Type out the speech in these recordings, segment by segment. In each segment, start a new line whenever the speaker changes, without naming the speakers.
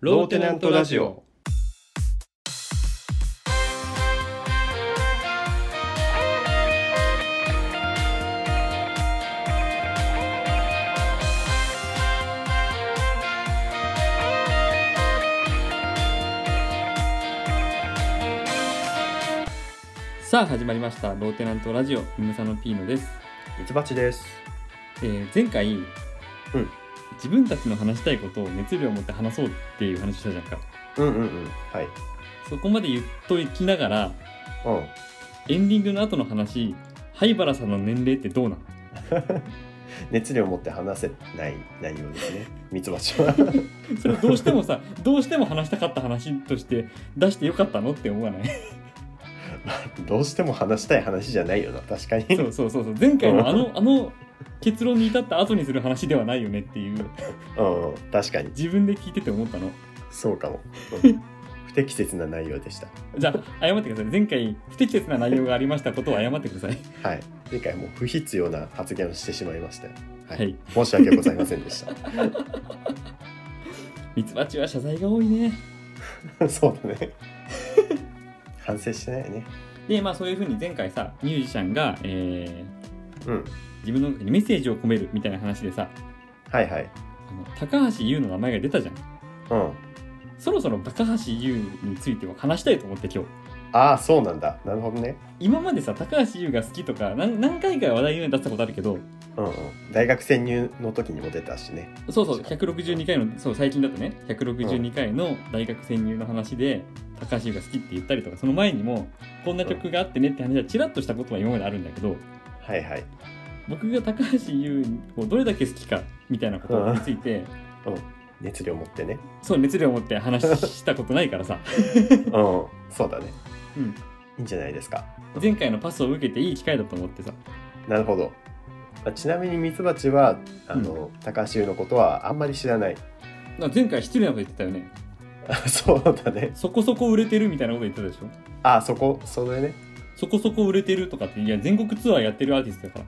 ローテナントラジオ。
さあ始まりましたローテナントラジオムムサノピーノです、
ミツバチです。
えー前回、自分たちの話したいことを熱量を持って話そうっていう話をしたじゃんか
うんうんうん。はい。
そこまで言っときながら
うん。
エンディングの後の話灰原さんの年齢ってどうなの
熱量を持って話せない内容です ね。ミツバチは。
それどうしても さどうしても話したかった話として出してよかったのって思わない
どうしても話したい話じゃないよな。確かに。
そうそうそうそう前回のあのあの結論に至った後にする話ではないよねっていう
うんうん。確かに。
自分で聞いてて思ったの
そうかも。 うん不適切な内容でした。
じゃあ謝ってください前回不適切な内容がありましたことを謝ってください
はい。前回もう不必要な発言をしてしまいました。はい。
はい
申し訳ございませんでし
ミツバチは謝罪が多いね
た。そうだね。反省してないね。
でまあそういうふうに前回さミュージシャンが、え
うん。
ー自分の中にメッセージを込めるみたいな話でさ
はいはい。
あの高橋優の名前が出たじゃん
うん。
そろそろ高橋優については話したいと思って今日
ああ、そうなんだ。なるほどね。
今までさ高橋優が好きとか何何回か話題に出したことあるけど
うんうん。大学潜入の時にも出たしね。
そうそう162回のそう最近だとね162回の大学潜入の話で高橋優が好きって言ったりとかその前にもこんな曲があってねって話はちらっとしたことは今まであるんだけど
はいはい。
僕が高橋優をどれだけ好きかみたいなことについて、
熱量持ってね。
そう熱量を持って話したことないからさ、
うん。そうだね。
うん、
いいんじゃないですか。
前回のパスを受けていい機会だと思ってさ
なるほど。まあちなみにミツバチはあの、高橋優のことはあんまり知らない。
なんか前回失礼なこと言ってたよね
あそうだね。
そこそこ売れてるみたいなこと言ってたでしょ
あそこそれね。
そこそこ売れてるとかっていや全国ツアーやってるアーティストだか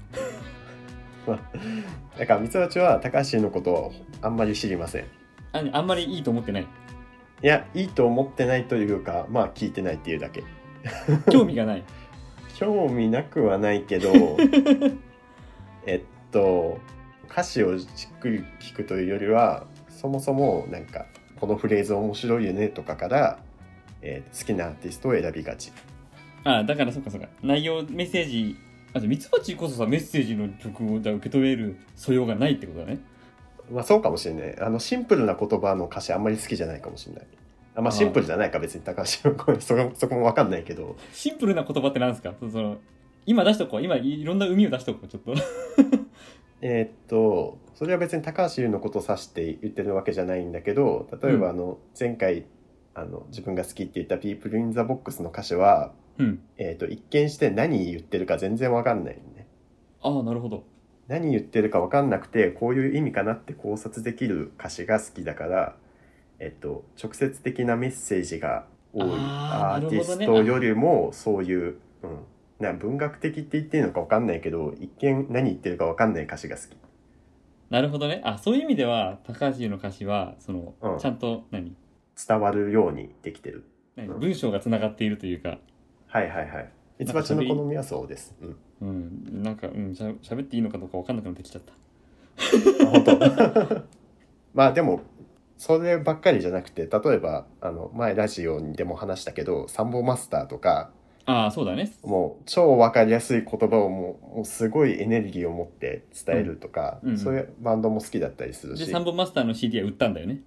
ら
だからミツバチは高橋優のことをあんまり知りません。
ああんまりいいと思って ない
いやいいと思ってないというかまあ聞いてないっていうだけ。
興味がない
興味なくはないけどえっと歌詞をじっくり聞くというよりはそもそもなんかこのフレーズ面白いよねとかから、えー好きなアーティストを選びがち
あだからそっかそっか内容メッセージあじゃあミツバチこそさメッセージの曲をじゃあ受け止める素養がないってことだね
まあそうかもしれないあのシンプルな言葉の歌詞あんまり好きじゃないかもしれないあまあ
あー
シンプルじゃないか別に高橋の声そこそこも分かんないけど
シンプルな言葉ってなんですかそその今出しとこう今いろんな海を出しとこうちょっと
えーっとそれは別に高橋優のことを指して言ってるわけじゃないんだけど例えば
う
あの前回、あの自分が好きって言った「People in the Box」の歌詞は、
うん
えーっと一見して何言ってるか全然わかんないよね。
ああなるほど
何言ってるかわかんなくてこういう意味かなって考察できる歌詞が好きだから、えっと、直接的なメッセージが多い
あ
ア
ー
ーティス
なるほど
ト
ね
よりもそういう、うん、な文学的って言っていいのかわかんないけど一見何言ってるかわかんない歌詞が好き。
なるほどねあそういう意味では高橋優の歌詞はその、
うん
ちゃんと何
伝わるようにできてる。
何
うん
文章がつながっているというか、
はいはいはい。ミツバチの好みはそうです。うん。
うん、なんか、うん、しゃ喋っていいのかどうか分かんなくなってきちゃった
あ本当 まあでもそればっかりじゃなくて例えばあの前ラジオにでも話したけど「サンボマスター」とか
ああそうだね
もう超わかりやすい言葉をもうもうすごいエネルギーを持って伝えるとか、
うんうん
そういうバンドも好きだったりする
で
し、
サンボマスターの CD は売ったんだよね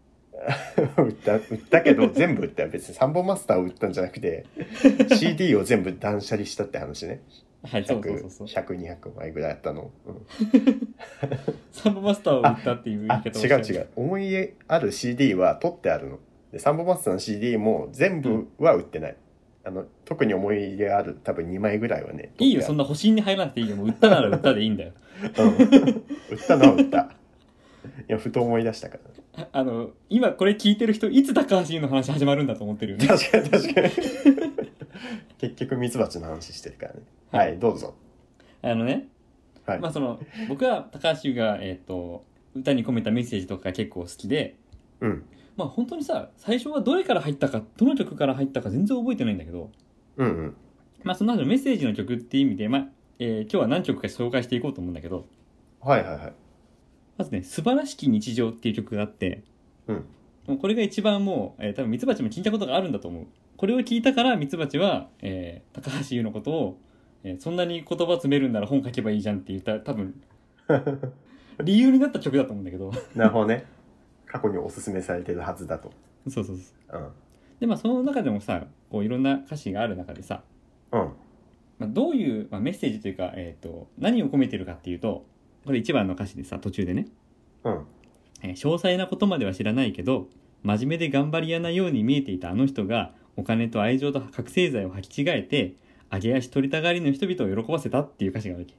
売った売ったけど全部売ったよ別にサンボマスターを売ったんじゃなくて CD を全部断捨離したって話ね
はいそうそうそうそう
100200枚ぐらいあったの、うん
サンボマスターを売ったっていう言い
あ
方を
違う違う思い入れある CD は取ってあるのでサンボマスターの CD も全部は売ってない、あの特に思い入れある多分2枚ぐらいはね
いいよそ
取
んな保身に入らなくていいよもう売ったなら売ったでいいんだ よ
ってあるうん売ったのは売ったいやふと思い出したか
あの今これ聞いてる人いつ高橋優の話始まるんだと思ってるよ ね
ら確かに確かに結局ミツバチの話してるからねはい、どうぞ
あのね
はい、
まあその僕は高橋優が、えっと歌に込めたメッセージとか結構好きで
うん
まあ本当にさ最初はどれから入ったかどの曲から入ったか全然覚えてないんだけど、
うんうん
まあ、その中でメッセージの曲っていう意味で、まあえー今日は何曲か紹介していこうと思うんだけど
はいはいはい
まずね「素晴らしき日常」っていう曲があって、
うん
もうこれが一番もう、えー多分ミツバチも聞いたことがあるんだと思うこれを聞いたからミツバチは、えー高橋優のことを、えーそんなに言葉詰めるんなら本書けばいいじゃんって言った多 分理由になった曲だと思うんだけど
なるほどね過去におすすめされてるはずだと
そうそうそう
うん
でまあその中でもさこういろんな歌詞がある中でさ、
うん
まあ、どういう、まあ、メッセージというか、えー、と何を込めてるかっていうとこれ1番の歌詞でさ途中でね
うん
えー詳細なことまでは知らないけど真面目で頑張り屋なように見えていたあの人がお金と愛情と覚醒剤を履き違えて揚げ足取りたがりの人々を喜ばせたっていう歌詞があるわけ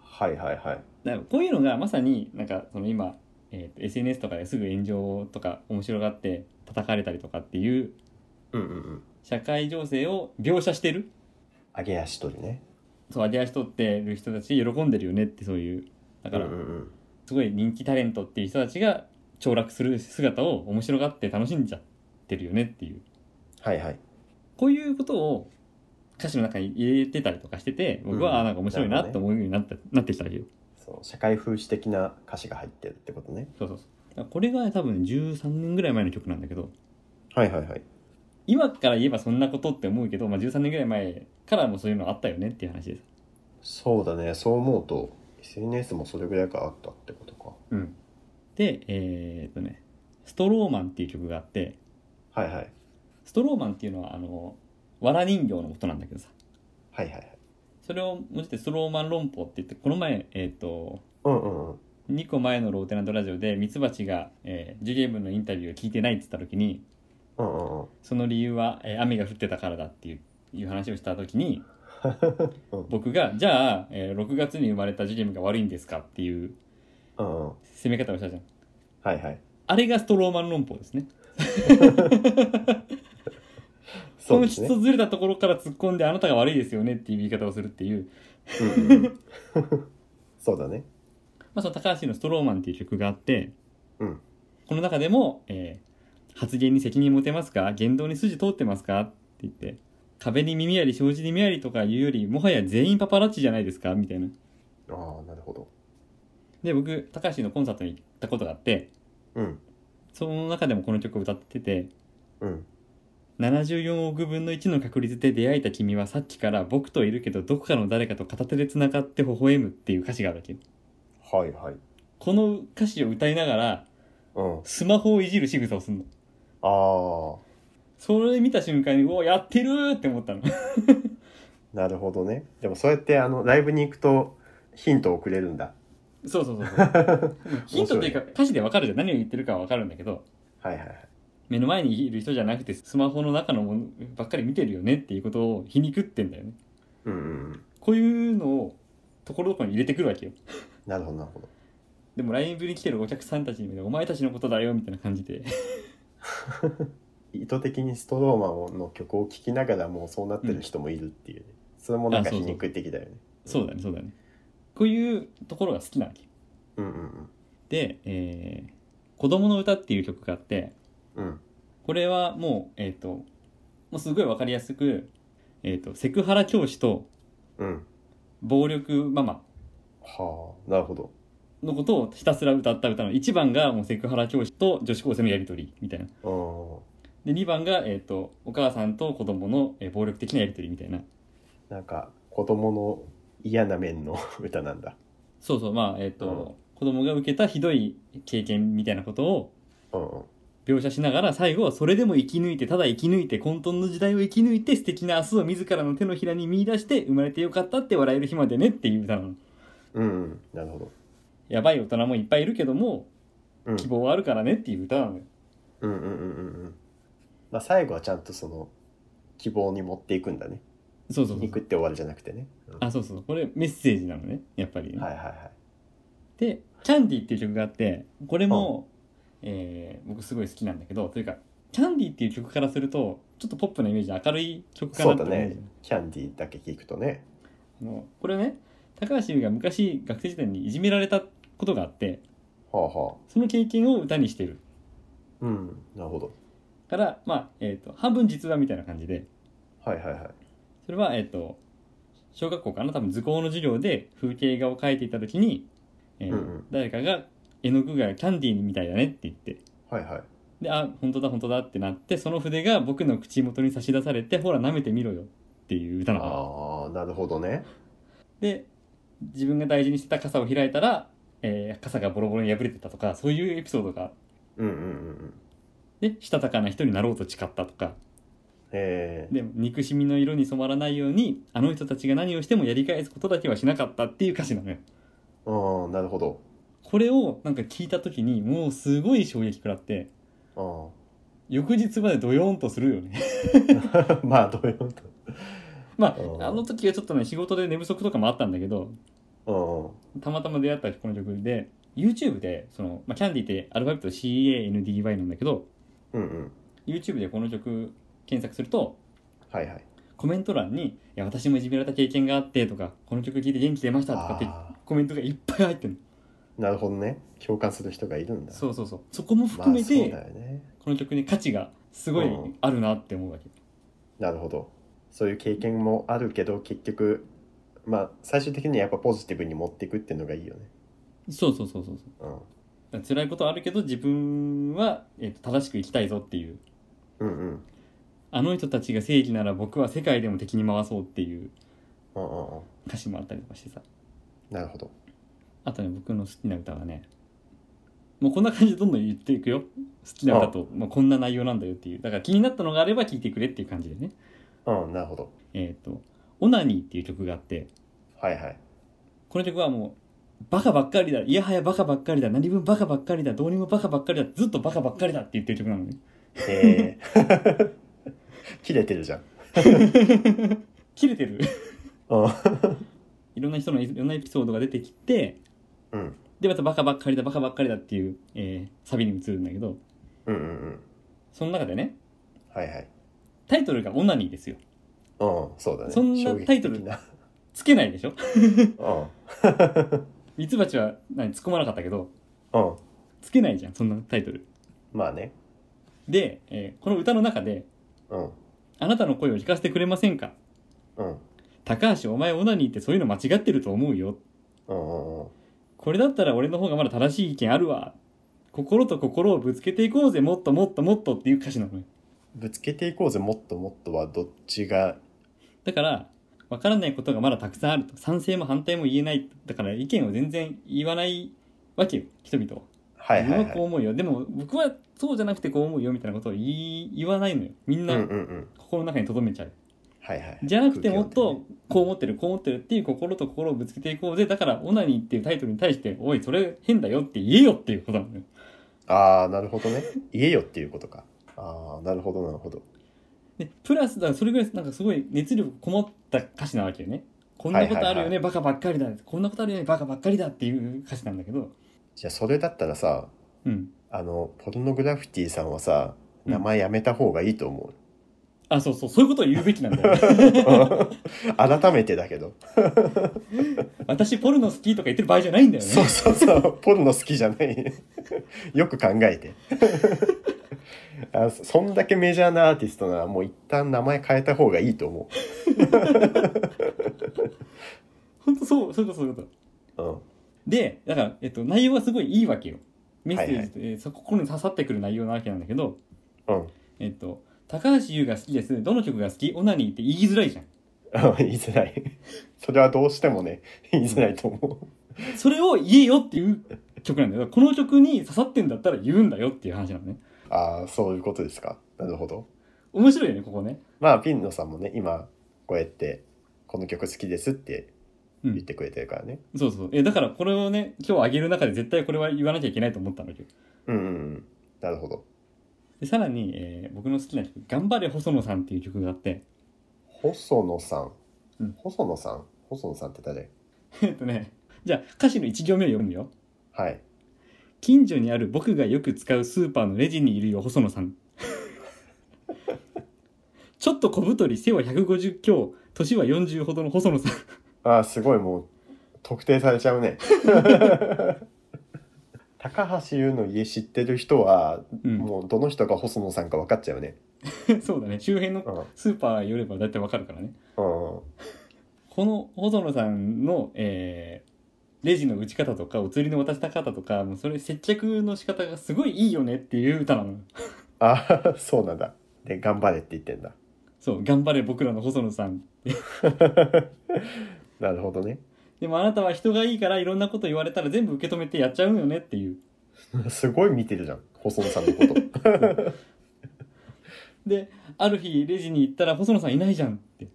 はいはいはい
だからこういうのがまさになんかその今、えーと SNS とかですぐ炎上とか面白がって叩かれたりとかっていう
うんうんうん
社会情勢を描写してる
揚げ足取りね
そう揚げ足取ってる人たち喜んでるよねってそういうだから
うんうんうん
すごい人気タレントっていう人たちが凋落する姿を面白がって楽しんじゃってるよねっていう
はいはい
こういうことを歌詞の中に入れてたりとかしてて僕
うん
はあなんか面白い
な
な
るほ
と
ど
思うようになった、なってきたわけよ
そう社会風刺的な歌詞が入ってるってことね
そうそうそうだからこれが多分13年ぐらい前の曲なんだけど
はいはいはい
今から言えばそんなことって思うけど、まあ、13年ぐらい前からもそういうのあったよねっていう話です
そうだねそう思うと SNS もそれぐらいからあったってことか
うんでえーっとね「ストローマン」っていう曲があって
はいはい
ストローマンっていうのはあの藁人形のことなんだけどさ
はいはいはい
それをもじってストローマン論法って言ってこの前えーっと
うんうんうん
2個前のローテナントラジオでミツバチが、えー、ジュゲームのインタビューを聞いてないって言った時に
うんうんうん
その理由は、えー雨が降ってたからだっていういう話をした時 に
うん
僕がじゃあ、えー6月に生まれたジュゲームが悪いんですかっていう
うんうん
攻め方をしたじゃん
はいはい
あれがストローマン論法ですねそ
そう
の
です
質
ね
とずれたところから突っ込んであなたが悪いですよねっていう言い方をするっていう、
うんうんうん そうだね
まあ、その高橋の「ストローマン」っていう曲があって、
うん
この中でも、えー発言に責任持てますか言動に筋通ってますか?」って言って「壁に耳あり障子に目あり」とか言うよりもはや全員パパラッチじゃないですかみたいな
ああなるほど
で僕高橋のコンサートに行ったことがあって
うん
その中でもこの曲を歌ってて
うん
74億分の1の確率で出会えた君はさっきから僕といるけどどこかの誰かと片手でつながって微笑むっていう歌詞があるわけ
はいはい
この歌詞を歌いながら
うん
スマホをいじる仕草をするの
ああ
それ見た瞬間にうわやってるーって思ったの
なるほどねでもそうやってあのライブに行くとヒントをくれるんだ
そうそうそうそう ヒントっていうか歌詞でわかるじゃん何を言ってるかはわかるんだけど
はいはいはい
目の前にいる人じゃなくてスマホの中のものばっかり見てるよねっていうことを皮肉ってんだよね
うんうんうん
こういうのをところどころに入れてくるわけよ
なるほどなるほど
でも LINE に来てるお客さんたちにもねお前たちのことだよみたいな感じ で
意図的にストローマンの曲を聴きながらもうそうなってる人もいるっていうね、それもなんか
あそう
皮
そう
肉的だよね
そうだねそうだねこういうところが好きなわけ
うんうん
で、えー子供の歌」っていう曲があって
うんうん
これはもうえっ、ともうすごいわかりやすく、えー、とセクハラ教師と
うん
暴力ママ
はあなるほど
のことをひたすら歌った歌の1番がもうセクハラ教師と女子高生のやり取りみたいな
う
で2番が、えー、とお母さんと子供の、えー暴力的なやり取りみたいなん
なんか子供の嫌な面の歌なんだ
そうそうまあえっ、と、子供が受けたひどい経験みたいなことを
うんうん
描写しながら最後はそれでも生き抜いてただ生き抜いて混沌の時代を生き抜いて素敵な明日を自らの手のひらに見出して生まれてよかったって笑える日までねっていう歌なの
うんうんなるほど
やばい大人もいっぱいいるけども
うん
希望はあるからねっていう歌なのよ
うんうんうんうんうんまあ最後はちゃんとその希望に持っていくんだね
そうそうそう
肉って終わりじゃなくてね、うん
あそうそうこれメッセージなのねやっぱりね、
はいはいはい
で「キャンディ」っていう曲があってこれも、えー僕すごい好きなんだけどというか「キャンディ」っていう曲からするとちょっとポップなイメージ明るい曲か
そ
な
う
と
だ
思う
ねキャンディーだけ聞くとね
あのこれね高橋優が昔学生時代にいじめられたことがあって
はあは
その経験を歌にしてる
うんなるほど
から、まあえー、と半分実話みたいな感じで
はいはいはい
それは、えっと小学校かな多分図工の授業で風景画を描いていた時に、えー
うんうん
誰かが「絵の具がキャンディーみたいだね」って言って
はいはい
で「あ本当だ本当だ」ってなってその筆が僕の口元に差し出されて「ほら舐めてみろよ」っていう歌なの
ああなるほどね
で自分が大事にしてた傘を開いたら、えー傘がボロボロに破れてたとかそういうエピソードが
うんうんうんうん
でしたたかな人になろうと誓ったとか
えー、
で憎しみの色に染まらないようにあの人たちが何をしてもやり返すことだけはしなかったっていう歌詞なのよ
ああなるほど
これをなんか聞いた時にもうすごい衝撃食らって
あ
翌日までドヨーンとするよね
あ まあどういうこと
ま
うん
ああの時はちょっとね仕事で寝不足とかもあったんだけど
うんうん
たまたま出会ったこの曲で YouTube でその、まあ、キャンディってアルファベット CANDY なんだけど
うんうん
YouTube でこの曲検索すると
はいはい
コメント欄に「いや私もいじめられた経験があって」とか「この曲聴いて元気出ました」とかって
あ
コメントがいっぱい入ってる
ーなるほどね共感する人がいるんだ
のそうそうそうそこも
ま
含
あ
め
そう
て、
だよね
この曲に価値がすごい
うん
あるなって思うわけ、
なるほどそういう経験もあるけど結局まあ最終的にはやっぱポジティブに持っていくっていうのがいいよね
そうそうそうそうそう
うん
だから辛いことはあるけど自分は、えっと正しく生きたいぞっていう
うんうん
あの人たちが正義なら僕は世界でも敵に回そうっていう
うんうんうん
歌詞もあったりとかしてさ
なるほど
あとね僕の好きな歌はねもうこんな感じでどんどん言っていくよ好きな歌とまあ、こんな内容なんだよっていうだから気になったのがあれば聴いてくれっていう感じでね
うんなるほど
えっ、と「オナニー」っていう曲があって
はいはい
この曲はもうバカばっかりだいやはやバカばっかりだ何分バカばっかりだどうにもバカばっかりだずっとバカばっかりだって言ってる曲なのね
えー、 切れてるじゃん
切れてる
うん
いろんな人のいろんなエピソードが出てきて
うん
でまたバカばっかりだバカばっかりだっていう、えーサビに移るんだけど
うんうんうん
その中でね
はいはい
タイトルが「オナニー」ですよ
うんそうだね
そんな
衝撃的
タイトル
な
つけないでしょ
うん
ミツバチは何突っ込まなかったけど
うん
つけないじゃんそんなタイトル
まあね
で、えーこの歌の中で
うん
「あなたの声を聞かせてくれませんか?
うん」
「高橋お前オナニーってそういうの間違ってると思うよ」
うんうんうん
「これだったら俺の方がまだ正しい意見あるわ」「心と心をぶつけていこうぜもっともっともっと」っていう歌詞なのよ
ぶつけていこうぜもっともっとはどっちが
だから分からないことがまだたくさんあると賛成も反対も言えないだから意見を全然言わないわけよ人々は
はい
自
は
分
い
は
は
こう
い
思うよでも僕はそうじゃなくてこう思うよみたいなことを言い言わないのよみん
うんうん
な
うん
心の中に留めちゃう、
はいはい
じゃなくてもっ
空気
とこう思ってるこう思ってるっていう心と心をぶつけていこうぜだから「オナニー」っていうタイトルに対して「おいそれ変だよ」って言えよっていうことなのよ
ああなるほどね言えよっていうことかああなるほどなるほど
でプラスだからそれぐらいなんかすごい熱力こもった歌詞なわけよねこんなことあるよね、
はいはい
バカばっかりだこんなことあるよねバカばっかりだっていう歌詞なんだけど
じゃあそれだったらさ
うん
あのポルノグラフィティさんはさ
うん
名前やめた方がいい と思う、
あそうそうそういうことを言うべきなんだよ
改めてだけど
私ポルノ好きとか言ってる場合じゃないんだよね
そうそうそうポルノ好きじゃない よく考えて あそそんだけメジャーなアーティストならもう一旦名前変えた方がいいと思
本当そうそういうことそういうこと
う、うん、
でだから、えっと、内容はすごいいいわけよメッセージ、
はいはい
えーそこ心に刺さってくる内容なわけなんだけど
うん
えっと高橋優が好きですどの曲が好きオナニーって言いづらいじゃん
あ言いづらい それはどうしてもね 言いづらいと思
それを言えよっていう曲なんだよだからこの曲に刺さってんだったら言うんだよっていう話なのね
うああそういうことですかなるほど
面白いよねここね
まあピンノさんもね今こうやってこの曲好きですって
うん
言ってくれてるからね
そうそうえだからこれをね今日あげる中で絶対これは言わなきゃいけないと思ったんだけど
うんうんうんなるほど
でさらに、えー僕の好きな曲「頑張れ細野さん」っていう曲があって
細野さん、
うん
細野さん細野さんって誰
えっとねじゃあ歌詞の1行目を読むよ
はい
近所にある僕がよく使うスーパーのレジにいるよ細野さん ちょっと小太り背は150強年は40ほどの細野さん
ああすごいもう特定されちゃうね高橋優の家知ってる人は、
うん、
もうどの人が細野さんか分かっちゃうね。
そうだね周辺の
うん。
スーパー寄れば大体わかるからね
うん。
この細野さんの、えーレジの打ち方とかお釣りの渡し方とかもうそれ接着の仕方がすごいいいよねっていう歌なの
あそうなんだ。で、頑張れって言ってんだ。
そう頑張れ僕らの細野さん
なるほどね。
でもあなたは人がいいからいろんなこと言われたら全部受け止めてやっちゃうよねっていう
すごい見てるじゃん、細野さんのこと。
である日レジに行ったら細野さんいないじゃんって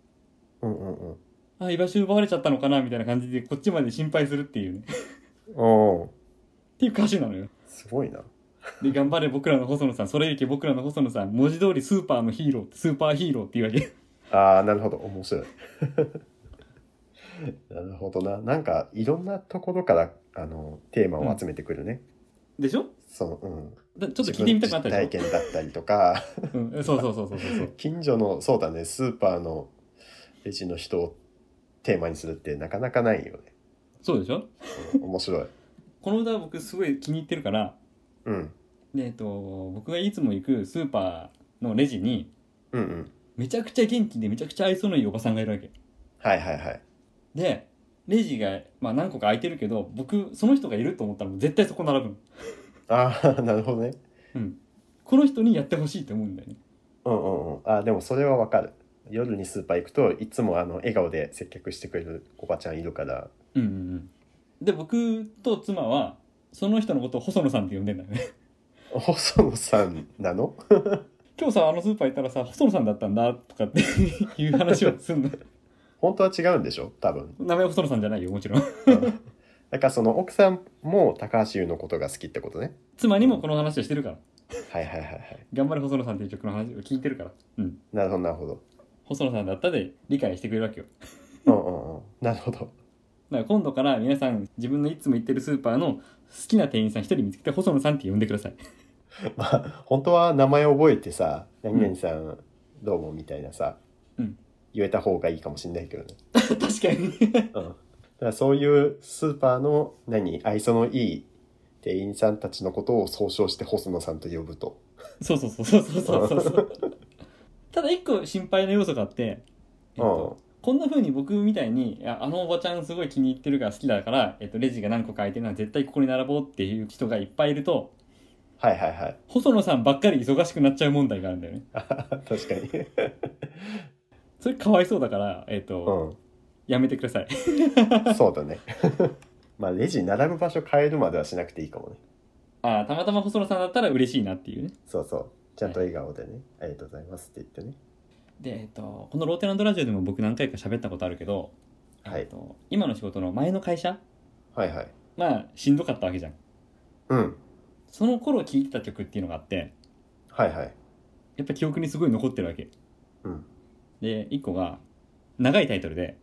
うんうん
あ居場所奪われちゃったのかなみたいな感じでこっちまで心配するっていうねっ
うん。うん。
ていう歌詞なのよ
すごいな。
で頑張れ僕らの細野さんそれいけ僕らの細野さん文字通りスーパーのヒーロースーパーヒーローっていうわけ
ああ、なるほど。面白い。 なるほどな。なんか、いろんなところから、あの、テーマを集めてくるね。
でしょ
その、うん。
だちょっと聞いてみたくなったでしょ
自分の実体験だったりとか、
うん、そうそうそうそうそうそう。
近所の、そうだね、スーパーのレジの人をテーマにするってなかなかないよね。
そうでしょ
うん面白い。
この歌は僕すごい気に入ってるから、
うん。
でえっと、僕がいつも行くスーパーのレジに、
うんうん。
めちゃくちゃ元気でめちゃくちゃ愛想のいいおばさんがいるわけ。
はいはいはい。
で、レジが、まあ、何個か空いてるけど、僕、その人がいると思ったらもう絶対そこ並ぶの。
ああ、 なるほどね。
うん。この人にやってほしいって思うんだよね。
うんうんうん。あーでもそれはわかる。夜にスーパー行くといつもあの笑顔で接客してくれるおばちゃんいるから。
うんうんうん。で、僕と妻は、その人のことを細野さんって呼んでんだよね。
細野さんなの
今日さ、あのスーパー行ったらさ、細野さんだったんだ、とかって いう話をすんの。
本当は違うんでしょ多分。
名前は細野さんじゃないよ、もちろん。
うん だからその奥さんも高橋優のことが好きってことね。
妻にもこの話をしてるから
はいはいはいはい。
頑張れ細野さんっていう曲の話を聞いてるから、うん、
なるほどなるほど。
細野さんだったで理解してくれるわけよ
うんうんうん。なるほど。
だから今度から皆さん自分のいつも行ってるスーパーの好きな店員さん一人見つけて細野さんって呼んでください
まあ本当は名前覚えてさ、何々さんどうもみたいなさ、
うん
言えた方がいいかもしれないけどね。
確かに
うん、だからそういうスーパーの何愛想のいい店員さんたちのことを総称して細野さんと呼ぶと。
そうそうそうそうそうそうそうただ一個心配な要素があって、えっとこんな風に僕みたいにいやあのおばちゃんすごい気に入ってるから好きだから、えっと、レジが何個か空いてるのは絶対ここに並ぼうっていう人がいっぱいいると
うん、はいはいはい。
細野さんばっかり忙しくなっちゃう問題があるんだよね
確かに。
それかわいそうだから、えっと
う
やめてください
ん、そうだね。 まあレジ並ぶ場所変えるまではしなくていいかもね。
ああたまたま細野さんだったら嬉しいなっていうね
そうそう。ちゃんと笑顔でね、ありがとうございますって言ってね。
で、えっと、このローテナントラジオでも僕何回か喋ったことあるけど、
はい
えっと、今の仕事の前の会社
はいはい。
まあしんどかったわけじゃん
うん。
その頃聴いてた曲っていうのがあって
はいはい。
やっぱ記憶にすごい残ってるわけ
うん。
で1個が長いタイトルで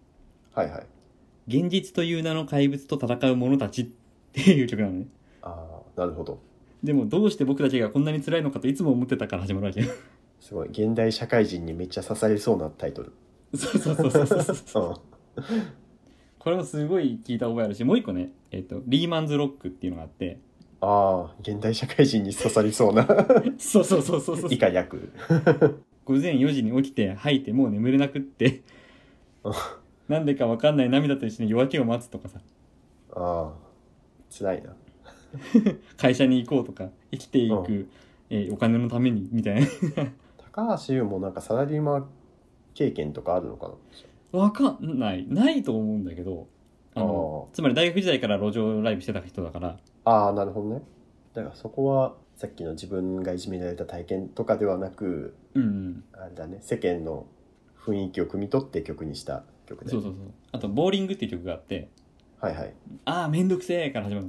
はいはい。
「現実という名の怪物と戦う者たち」っていう曲なのね
ああ、なるほど。
でもどうして僕たちがこんなに辛いのかといつも思ってたから始まるわけ よ
すごい。現代社会人にめっちゃ刺されそうなタ イトル。
そうそうそうそうそうそう
うん。
これもすごい聞いた覚えあるしもう一個ね、えっとリーマンズロックっていうのがあって
ああ、現代社会人に刺さりそ うな
そうそうそうそうそう
以下略。
午前4時に起きて吐いてもう眠れなくって
あ
なんでかわかんない涙と一緒に夜明けを待つとかさ
ああ、辛いな。
会社に行こうとか生きていく、えーお金のためにみたいな
高橋優もなんかサラリーマン経験とかあるのかな
わかんないないと思うんだけどあのつまり大学時代から路上ライブしてた人だから
ああ、なるほどね。だからそこはさっきの自分がいじめられた体験とかではなく、
うん、うん
あれだね、世間の雰囲気を汲み取って曲にした曲で。
そうそうそうあと「ボーリング」っていう曲があって
はいはい。
「ああめんどくせえ」から始まる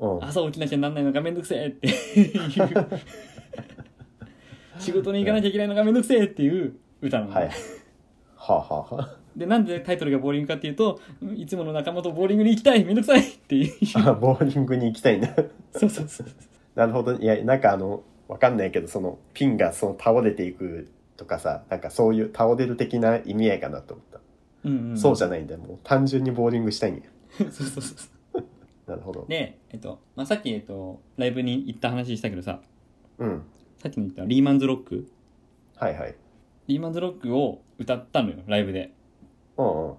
の
うん。
朝起きなきゃなんないのがめんどくせえっていう 仕事に行かなきゃいけないのがめんどくせえっていう歌なの、
はい。はあ、はあはあ
でなんでタイトルがボーリングかっていうとうんいつもの仲間とボーリングに行きたいめんどくさいっていう
あ ー、ボーリングに行きたいな。
そうそうそう
なるほど。いや、なんかあの、わかんないけど、そのピンがその倒れていくとかさ、なんかそういう倒れる的な意味合いかなと思った。
うん、うん、
そう
じ
じゃないんだよ。もう単純にボーリングしたいんや。
ゃんそうそうそう
なるほど。
で、えっとまあ、さっき、えっと、ライブに行った話したけどさ
うん。
さっきの言ったリーマンズロック
はいはい。
リーマンズロックを歌ったのよライブで
うんうん。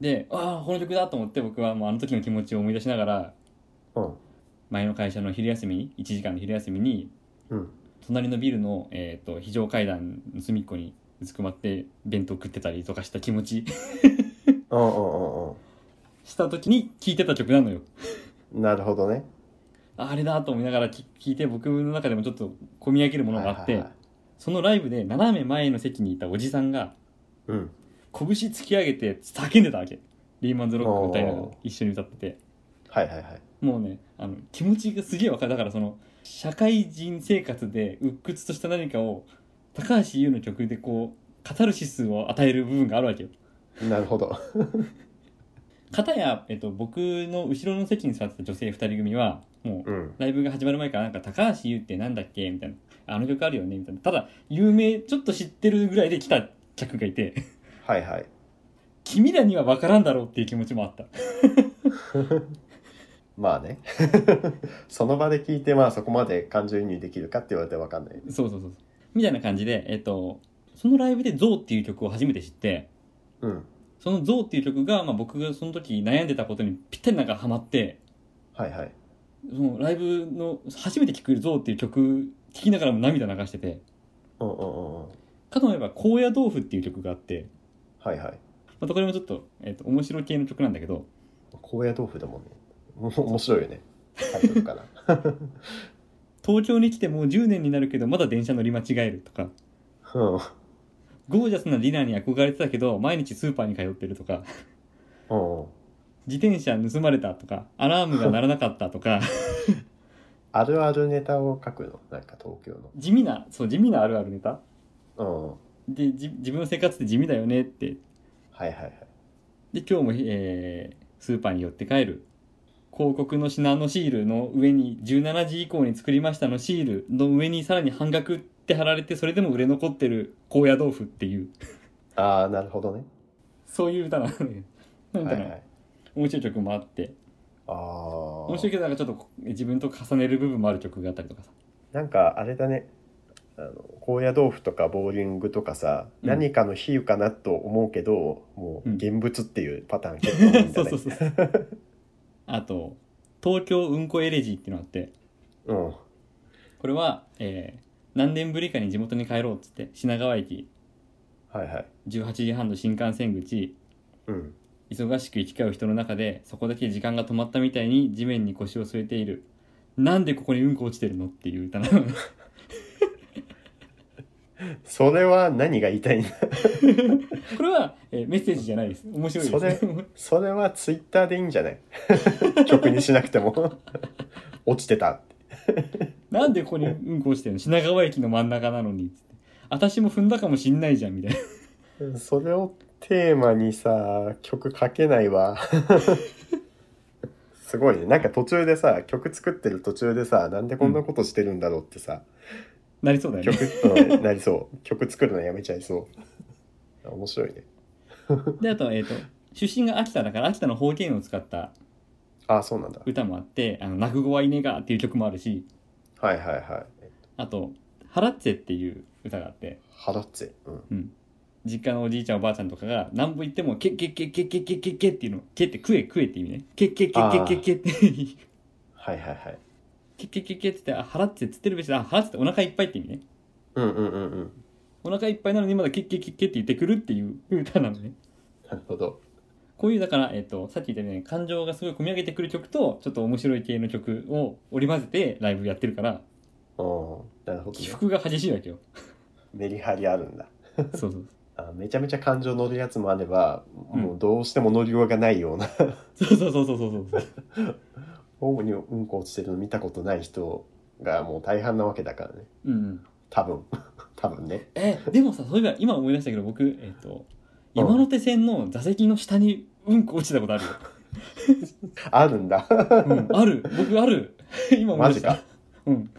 でああこの曲だと思って僕はもうあの時の気持ちを思い出しながら
うん。
前の会社の昼休み1時間の昼休みに
うん。
隣のビルの、えー、と非常階段の隅っこにうずくまって弁当食ってたりとかした気持ち
うんうんうん
した時に聴いてた曲なのよ
うん。なるほどね。
ああれだと思いながら聴いて僕の中でもちょっと込み上げるものがあって、
はいはいはい
そのライブで斜め前の席にいたおじさんが
うん。
拳突き上げて叫んでたわけリーマンズロックを歌いながら
おー
一緒に歌ってて
はいはいはい。
もうねあの気持ちがすげえわかるだからその社会人生活で鬱屈とした何かを高橋優の曲でこうカタルシスを与える部分があるわけよ
なるほど。
片や、えっと、僕の後ろの席に座ってた女性2人組はもう
うん。
ライブが始まる前からなんか「高橋優ってなんだっけ?」みたいな「あの曲あるよね」みたいなただ有名ちょっと知ってるぐらいで来た客がいて
はいはい。
君らには分からんだろうっていう気持ちもあった
まあね。 その場で聞いて、まあそこまで感情移入できるかって言われてわかんない。
そうそうそうそうみたいな感じで、えっと、そのライブで「ゾウ」っていう曲を初めて知って
うん。
その「ゾウ」っていう曲が、まあ、僕がその時悩んでたことにぴったりなんかハマって
はいはい。
そのライブの初めて聴く「ゾウ」っていう曲聴きながらも涙流してて
うんうんうんうん。
かと思えば「高野豆腐」っていう曲があって
はいはい。
またこれもちょっと,、えっと面白い系の曲なんだけど
高野豆腐だもんね。 も面白いよね。タイトルかな。
東京に来てもう10年になるけどまだ電車乗り間違えるとか
うん。
ゴージャスなディナーに憧れてたけど毎日スーパーに通ってるとか
うんうん。
自転車盗まれたとかアラームが鳴らなかったとか
あるあるネタを書くの。なんか東京の。
地味なそう地味なあるあるネタ
うんうん。
でじ自分の生活って地味だよねって
はいはいはい。
で今日も、えースーパーに寄って帰る広告の品のシールの上に17時以降に作りましたのシールの上にさらに半額って貼られてそれでも売れ残ってる高野豆腐っていう
ああ、なるほどね。
そういう歌なのよなん
は
か
い
ね、
はい。
面白い曲もあって
ああ。
面白いけどなんかちょっとこ自分と重ねる部分もある曲があったりとかさ
なんかあれだねあの高野豆腐とかボーリングとかさ、
うん
何かの比喩かなと思うけどもう
うん
現物っていうパターン結構多いんだ
そう
ね
そうそうあと「東京うんこエレジー」っていうのがあって
うん
これは、えー何年ぶりかに地元に帰ろうっつって品川駅
はいはい
18時半の新幹線口
うん
忙しく行き交う人の中でそこだけ時間が止まったみたいに地面に腰を据えているなんでここにうんこ落ちてるのっていう歌なの
それは何が言いたいんだ
これは、えーメッセージじゃないです面白いです
そそれはツイッターでいいんじゃない 曲にしなくても落ちてたって
なんでここにうんこ落ちてるの品川駅の真ん中なのにっつって私も踏んだかもしんないじゃんみたいな
それをテーマにさ曲書けないわすごいねなんか途中でさ曲作ってる途中でさなんでこんなことしてるんだろうってさ、
なりそうだよね
曲、うん、なりそう。曲作るのやめちゃいそう。面白いね。
であと,、えー、と出身が秋田だから秋田の方言を使った
あ、そうなんだ。
歌もあって「あの泣く子はいねが」っていう曲もあるし
はいはいはい。
あと「ハラッツェ」っていう歌があって
ハラッツェ。うん。
実家のおじいちゃんおばあちゃんとかが何ぼ言っても「ケッケッケッケッケッケッケッケッ」っていうの「ケ」って「食え食え」って意味ね「ケッケッケッケッケッケッ」って「
はいはいはい。
ケッケッケッケッ」って言って「あハラッツェ」っつってるべしだ「あハラッツェ」ってお腹いっぱいって意味ね
うんうんうんうん。
お腹いっぱいなのにまだ「ケッケッケッケッ」って言ってくるっていう歌なのね
なるほど。
こういうだから、えっとさっき言ったように感情がすごい込み上げてくる曲とちょっと面白い系の曲を織り交ぜてライブやってるから
うん。なるほど、
起
ね。
伏が激しいわけよ
メリハリあるんだ。
そうそう
あめちゃめちゃ感情乗るやつもあれば、
うん
もうどうしても乗りようがないような、
そうそうそうそうそうそう
主にうんこ落ちてるの見たことない人がもう大半なわけだからね。
うんうん
多分。 多分ね。
えでもさそういえば今思い出したけど僕えっ、と
うん
山手線の座席の下にうんこ落ちたことあるよ、
あるんだ。
うん、ある僕ある 今思い
マ
出
ジ
し
か
た。うん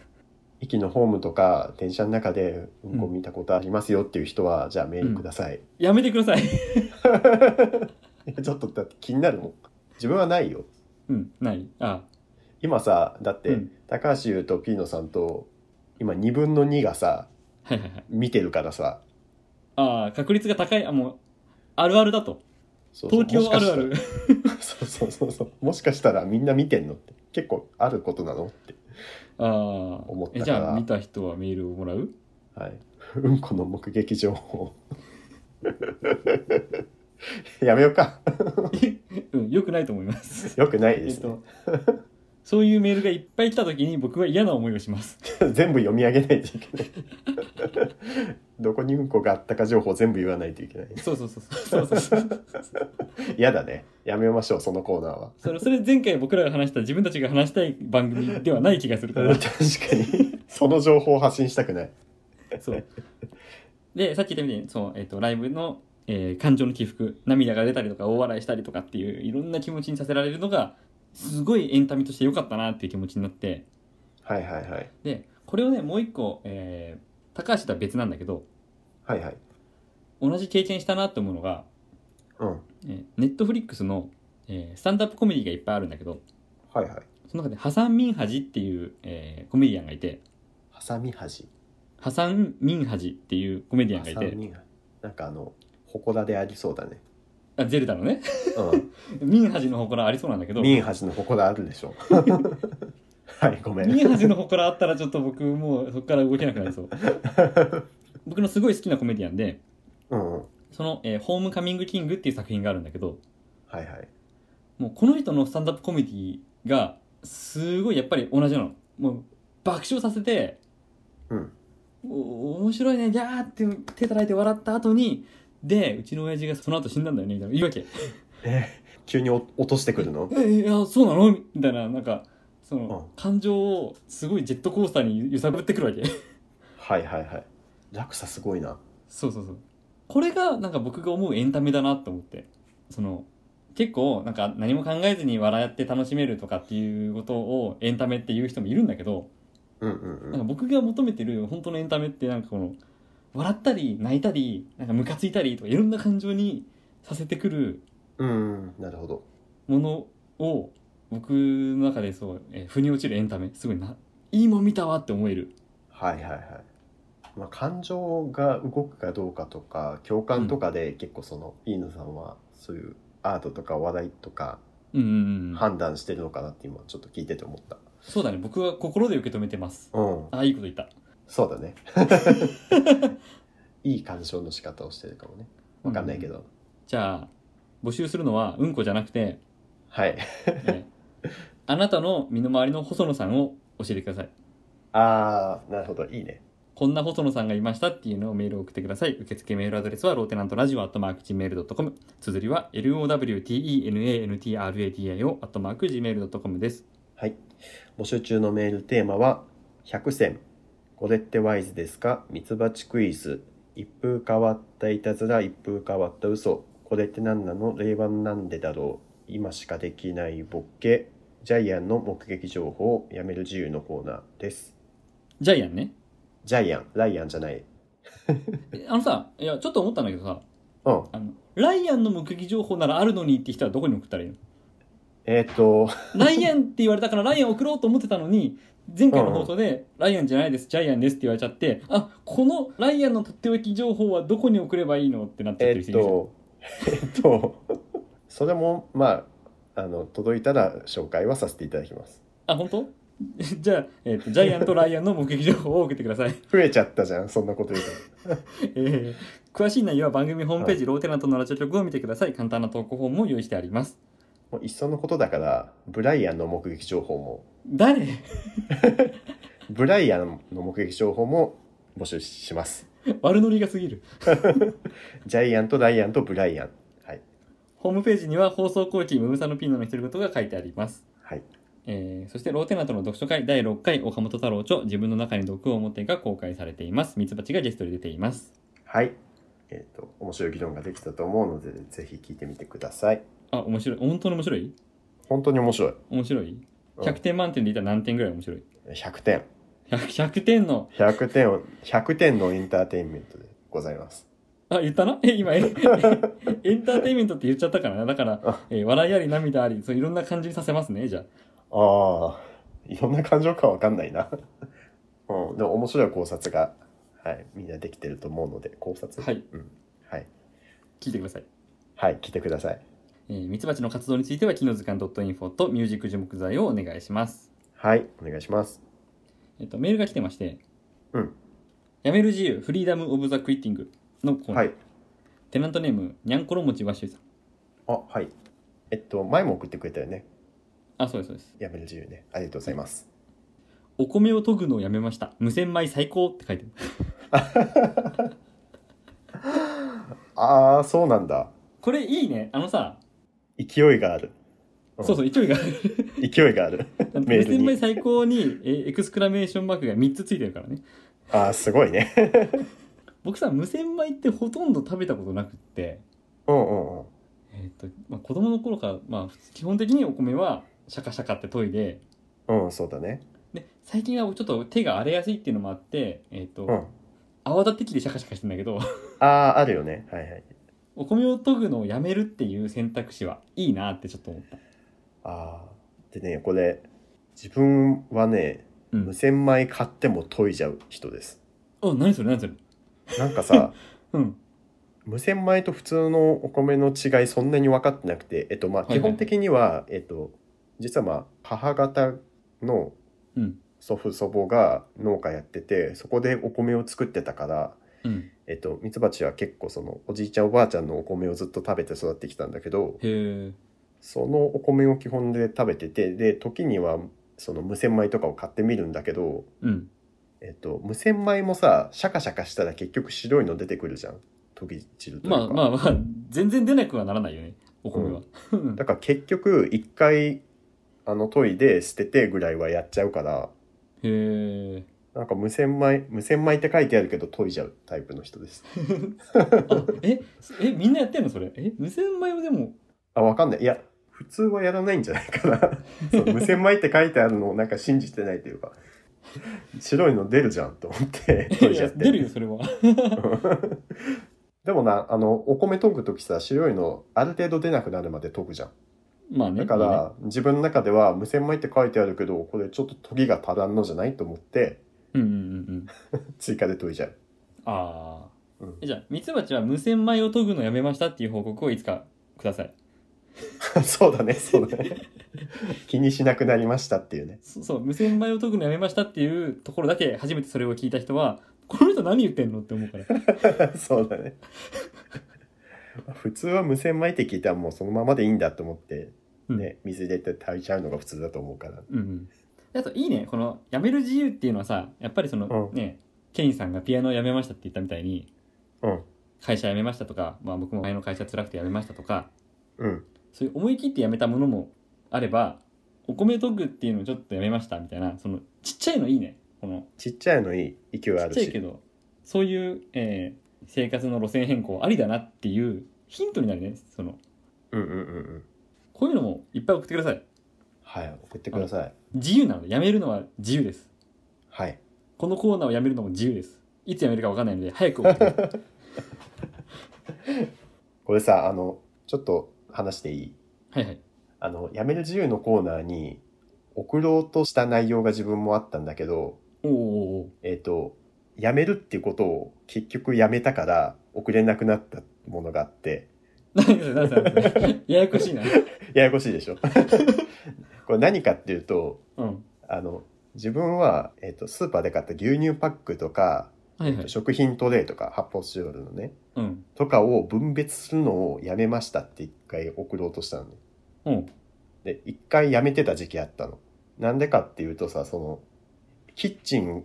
駅のホームとか電車の中でうんこ見たことありますよっていう人は、じゃあメールください。
やめてください
ちょっとだって気になるもん。自分はないよ。
うんないあ
今さだって、
うん
高橋優とピーノさんと今2分の2がさ
はいはいはい
見てるからさ
ああ確率が高いあもうあるあるだと
そうそう
東京あるあ
も
る
しかしたらそうそうそうそうもしかしたらみんな見てんのって結構あることなのって
あ
思っ
あ
た
じゃ
か
あ
ら
見た人はメールをもらう
はい、うんこの目撃情報 やめようか
うんよくないと思います
よくない
え
で
っ
す、ね
とそういうメールがいっぱい来た時に僕は嫌な思いをします
全部読み上げないといけないどこにうんこがあったか情報全部言わないといけない
そうそうそうそうそうそう
嫌だねやめましょうそのコーナーは
それそれ前回僕らが話した自分たちが話したい番組ではない気がするか
確
ら
かにその情報を発信したくない
そうでさっき言ったみたいにそう、えっとライブの、えー感情の起伏涙が出たりとか大笑いしたりとかっていういろんな気持ちにさせられるのがすごいエンタメとして良かったなっていう気持ちになって
はいはいはい
でこれをねもう一個、えー高橋とは別なんだけど
はいはい
同じ経験したなと思うのが
うん
ネットフリックスの、えースタンダップコメディがいっぱいあるんだけど
はいはい
その中でハサン・ミンハジっていう、えーコメディアンがいて
ハサミ端
ハサン・ミンハジっていうコメディアン
ハ
がい
サ
て
ミ端なんかあの祠でありそうだね
あゼルダのね
う
ミンハジの祠ありそうなんだけど
んミン端の祠あるでしょ はいごめん
ミンハジの祠あったらちょっと僕もうそこから動けなくなりそう 僕のすごい好きなコメディアンで
うんうん
その、えーホームカミングキング」っていう作品があるんだけど
はいはい
もうこの人のスタンダップコメディがすごいやっぱり同じなのもう爆笑させて
うん
お面白いねギャーって手叩いて笑った後にでうちの親父がその後死んだんだよねみたいな言うわけ
え急にお落としてくる
「
の
えいやそうなの?」みたいななんかその
う
感情をすごいジェットコースターに揺さぶってくるわけ
はいはいはい落差すごいな
そうそうそうこれがなんか僕が思うエンタメだなと思ってその結構なんか何も考えずに笑って楽しめるとかっていうことをエンタメっていう人もいるんだけど
うんうん
な
うん
か
ん
僕が求めてる本当のエンタメってなんかこの笑ったり泣いたりなんかムカついたりとかいろんな感情にさせてくる
うんなるほど
ものを僕の中でそう、えー腑に落ちるエンタメすごいないいもん見たわって思える
はいはいはい、まあ、感情が動くかどうかとか共感とかで結構その飯野さんはそういうアートとか話題とか
うんうん、うん、
判断してるのかなって今ちょっと聞いてて思った
そうだね僕は心で受け止めてます
うん
ああいいこと言った
そう だね いい鑑賞の仕方をしてるかもねわかんないけ
ど、
ど、
じゃあ募集するのはうんこじゃなくて、
はい
え ーあなたの身の回りの細野さんを教えてください
ああなるほどいいね
こんな細野さんがいましたっていうのをメールを送ってください。受付メールアドレスはローテナントラジオアットマーク Gmail.com。綴りは LOWTENANTRADIO アットマーク Gmail.com です。
はい募集中のメールテーマは「100選これってワイズですかミツバチクイズ」「一風変わったいたずら一風変わった嘘これって何なの令和なんでだろう今しかできないボッケ」「ジャイアンの目撃情報をやめる自由」のコーナーです
ジャイアンね。
ジャイアンライアンじゃない
えあのさ、いや、ちょっと思ったんだけどさ、
うん
あの、ライアンの目撃情報ならあるのにって人はどこに送ったらいいの
えっ、と
ライアンって言われたからライアン送ろうと思ってたのに、前回の放送で、ライアンじゃないです、ジャイアンですって言われちゃって、あ、このライアンのとっておき情報はどこに送ればいいのってなっちゃっ
え
てる
っ
人いるじゃん
と、えっと、 それも、まあ、あの、届いたら紹介はさせていただきます。
あ、本当？ じゃあ、えーと、ジャイアンとライアンの目撃情報を受けてください。
増えちゃったじゃん、そんなこと言うと。
えー詳しい内容は番組ホームページ、ローテナントのラジオ局を見てください。簡単な投稿フォームも用意してあります。
もういっそのことだから、ブライアンの目撃情報も、
誰
ブライアンの目撃情報も募集します。
悪ノリが過ぎる。
ジャイアンとライアンとブライアン。はい。
ホームページには放送後期、ムムサのピーノの独り言が書いてあります。
はい。
えーそしてローテナントの読書会第6回岡本太郎著自分の中に毒を持ってが公開されています。ミツバチがゲストで出ています。
はい。えっ、と、面白い議論ができたと思うので、ぜひ聞いてみてください。
あ、面白い。本当に面白い
本当に面白い。
面白い
うん
?100 点満点でいたら何点ぐらい面白い
100点。
100 ?100 点の
100点を、100点のエンターテインメントでございます。
あ言ったなえ 今えエンターテインメントって言っちゃったからなだから
あ、
えー笑いあり涙ありそういろんな感じにさせますねじゃあ
ああ、いろんな感情かわかんないな。うん、でも面白い考察が、はい、みんなできてると思うので、考察。
はい。
うん。はい。
聞いてください
はい、来てください。
えーミツバチの活動については木の図鑑 .info とミュージック樹木材をお願いします
はい、お願いします。
えっ、とメールが来てまして
うん
やめる自由フリーダム・オブ・ザ・クイッティングのコーナー、
はい。
テナントネームにゃんころもちわしゅうさん
あ、はい。えっと、前も送ってくれたよね。
あそうですそうです
やめる自由ね。ありがとうございます。
お米を研ぐのをやめました無洗米最高って書いてある
ああ、そうなんだ。
これいいねあのさ
勢いがある。うん
そうそう一応が
勢いがある。
無
メール
洗
に
米最高にえーエクスクラメーションマークが3つついてるからね
ああ、すごいね。
僕さ無洗米ってほとんど食べたことなくって
うんうんうん。
えーとまあ、子供の頃から、まあ、基本的にお米はシャカシャカって研いで
うん、そうだね。
で最近はちょっと手が荒れやすいっていうのもあって、えーと
うん。
泡立て器でシャカシャカしてんだけど
ああ、あるよね。はいはい。
お米を研ぐのをやめるっていう選択肢はいいなってちょっと思った、
ああ。でね、これ、自分はね、
う
無
ん、
洗米買っても研いじゃう人です。
あ何それ何それ
なんかさ、
うん
無洗米と普通のお米の違いそんなに分かってなくて、えっとまあ
はいはい
基本的には、えっと、実はまあ母方の
うん
祖父祖母が農家やってて、そこでお米を作ってたから、
うん
えっと、ミツバチは結構そのおじいちゃんおばあちゃんのお米をずっと食べて育ってきたんだけど、
へえ
そのお米を基本で食べてて、で、時にはその無洗米とかを買ってみるんだけど、
うん
えっと、無洗米もさシャカシャカしたら結局白いの出てくるじゃん研ぎ汁という
ま
か、
あまあまあ全然出なくはならないよねお米は、
だから結局一回あの研いで捨ててぐらいはやっちゃうから
へえ
なんか無洗米無洗米って書いてあるけど研いじゃうタイプの人です
あええみんなやってんのそれえ無洗米はでも
あわかんないいや普通はやらないんじゃないかな そう無洗米って書いてあるのをなんか信じてないというか白いの出るじゃんと思って研いじゃっ て
出るよそれは
でもなあのお米研ぐ時さ白いのある程度出なくなるまで研ぐじゃん
まあね
だから、自分の中では無洗米って書いてあるけどこれちょっと研ぎが足らんのじゃないと思って
うんうんうんうん
追加で研いじゃう、
ああ
うん
えじゃあミツバチは無洗米を研ぐのやめましたっていう報告をいつかください
そうだねそうだね気にしなくなりましたっていうね
そそう無洗米を研ぐのやめましたっていうところだけ初めてそれを聞いた人はこの人何言ってんのって思うから
そうだね普通は無洗米って聞いたらもうそのままでいいんだと思って、ね水入れて炊いちゃうのが普通だと思うから
うん、うんうん、あといいねこの「やめる自由」っていうのはさやっぱりその、
う
ねケインさんがピアノをやめましたって言ったみたいに
うん
会社辞めましたとか、まあ、僕も前の会社辛くて辞めましたとか
うん
そういう思い切ってやめたものもあればお米研ぐっていうのをちょっとやめましたみたいなそのちっちゃいのいいねこの
ちっちゃいのいい勢い
ち
あ
っ
る
ちゃ
し
いけどそういう、えー生活の路線変更ありだなっていうヒントになるねその
うんうんうんうん
こういうのもいっぱい送ってください
はい送ってください
自由なのでやめるのは自由です
はい
このコーナーをやめるのも自由ですいつやめるか分かんないので早く送ってください
これさあのちょっと話していい
はいはい
あの、やめる自由のコーナーに送ろうとした内容が自分もあったんだけど、
おーおーお
えっ、と、やめるっていうことを結局やめたから送れなくなったものがあって、
ー何それ何それ何それややこしいな
ややこしいでしょ これ何かっていうと、
うん
あの、自分は、えっ、と、スーパーで買った牛乳パックとか、
はいはい
食品トレイとか、発泡スチロールのね、
うん
とかを分別するのをやめましたって一回送ろうとしたのね。
うん
で一回やめてた時期あったの。なんでかっていうとさそのキッチン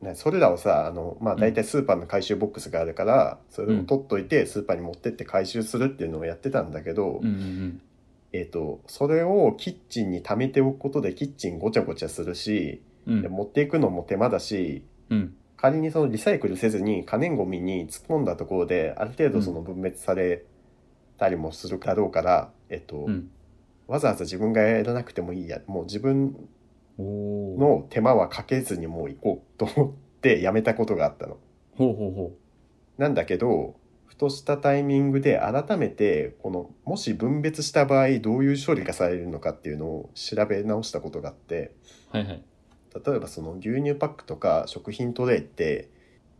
ねそれらをさあの、まあ、
うん
大体スーパーの回収ボックスがあるから、それ
う
を
ん
取っといてスーパーに持ってって回収するっていうのをやってたんだけど、
うんうん
えっとそれをキッチンに溜めておくことでキッチンごちゃごちゃするし、
うん
で持っていくのも手間だし
うん
仮にそのリサイクルせずに可燃ごみに突っ込んだところである程度その分別されたりもするだろうから、えっと、
うん
わざわざ自分がやらなくてもいいやもう自分
おお
の手間はかけずにもう行こうと思ってやめたことがあったの。
ほうほうほ
なんだけどふとしたタイミングで改めてこのもし分別した場合どういう処理がされるのかっていうのを調べ直したことがあって
はいはい
例えばその牛乳パックとか食品トレイって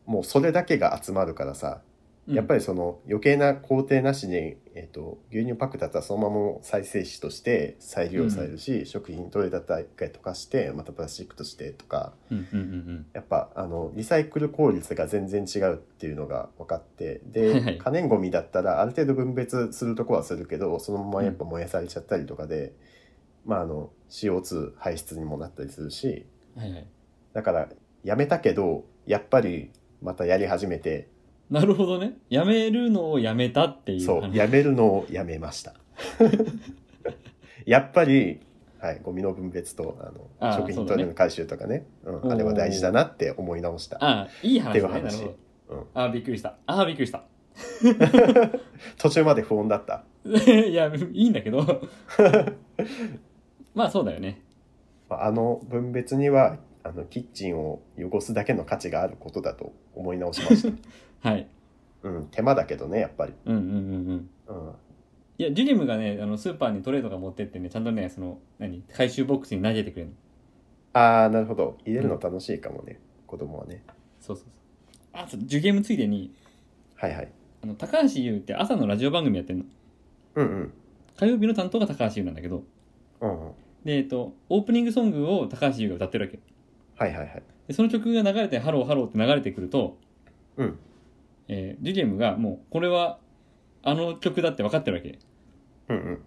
もうそれだけが集まるからさやっぱ
り
りその余計な工程なしに、えー、と牛乳パックだったらそのまま再生紙として再利用されるし、食品トレイだったら一回溶かしてまたプラスチックとしてとか
うんうんうん
やっぱあのリサイクル効率が全然違うっていうのが分かって
はいはい
で可燃ごみだったらある程度分別するとこはするけどそのままやっぱ燃やされちゃったりとかで、まあ、あの CO2 排出にもなったりするし
うんはいはい
だからやめたけどやっぱりまたやり始めて
なるほどねやめるのをやめたっていう
そ
話
う、やめるのをやめました。 やっぱり、はい、ゴミの分別とあの
あー
食
そう
品
だ
ト
ね
イレの回収とかね、う
おー
ん、あれは大事だなって思い直した。
ああいい
っ
話
てい
ねな
う
る
話
ほど
うん
ああびっくりしたああびっくりした
途中まで不穏だった。
いやいいんだけど まあそうだよね
まああの分別にはあのキッチンを汚すだけの価値があることだと思い直し ました。
はい
うん、手間だけどね、やっぱり。
うんうんうんうん
うん、
いやジュリムがねあのスーパーにトレーとか持ってってねちゃんとねその何回収ボックスに投げてくれるの
ああ、なるほど。入れるの楽しいかもね、子供はね。
そうそうそうあそう受験もついでに
はいはい。
あの高橋優って朝のラジオ番組やってるの
うんうん。
火曜日の担当が高橋優なんだけど
うんうん、
でえっとオープニングソングを高橋優が歌ってるわけ
はいはいはい。
でその曲が流れて「ハローハロー」って流れてくると、
うん。
えー、ジュゲムがもうこれはあの曲だって分かってるわけ
うんうん。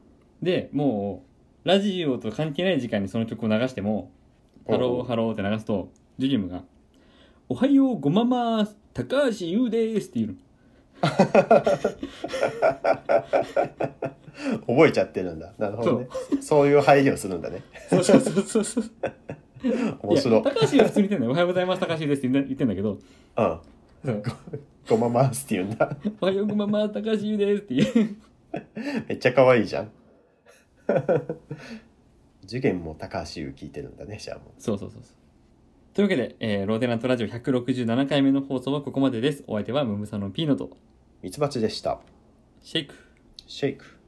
でもうラジオと関係ない時間にその曲を流しても「ハローハロー」って流すとジュゲムが「おはようごままーす高橋優です」って言うの
覚えちゃってるんだ。なるほどね。そういう配慮をするんだね。
そうそうそうそうそう
面白い
や。高橋優は普通に言ってんだよ「おはようございます高橋優です」って言って言ってんだけど
うん。
そう
ごま回すって言うんだ。
おはようごままーす高橋優ですって言う
めっちゃ可愛いじゃん。 受験も高橋優聞いてるんだね、じゃあも
そうそうそうそうというわけで、えーローテナントラジオ167回目の放送はここまでですお相手はムムサノピーノと
う。ミツバチでした。
シェイク
シェイク。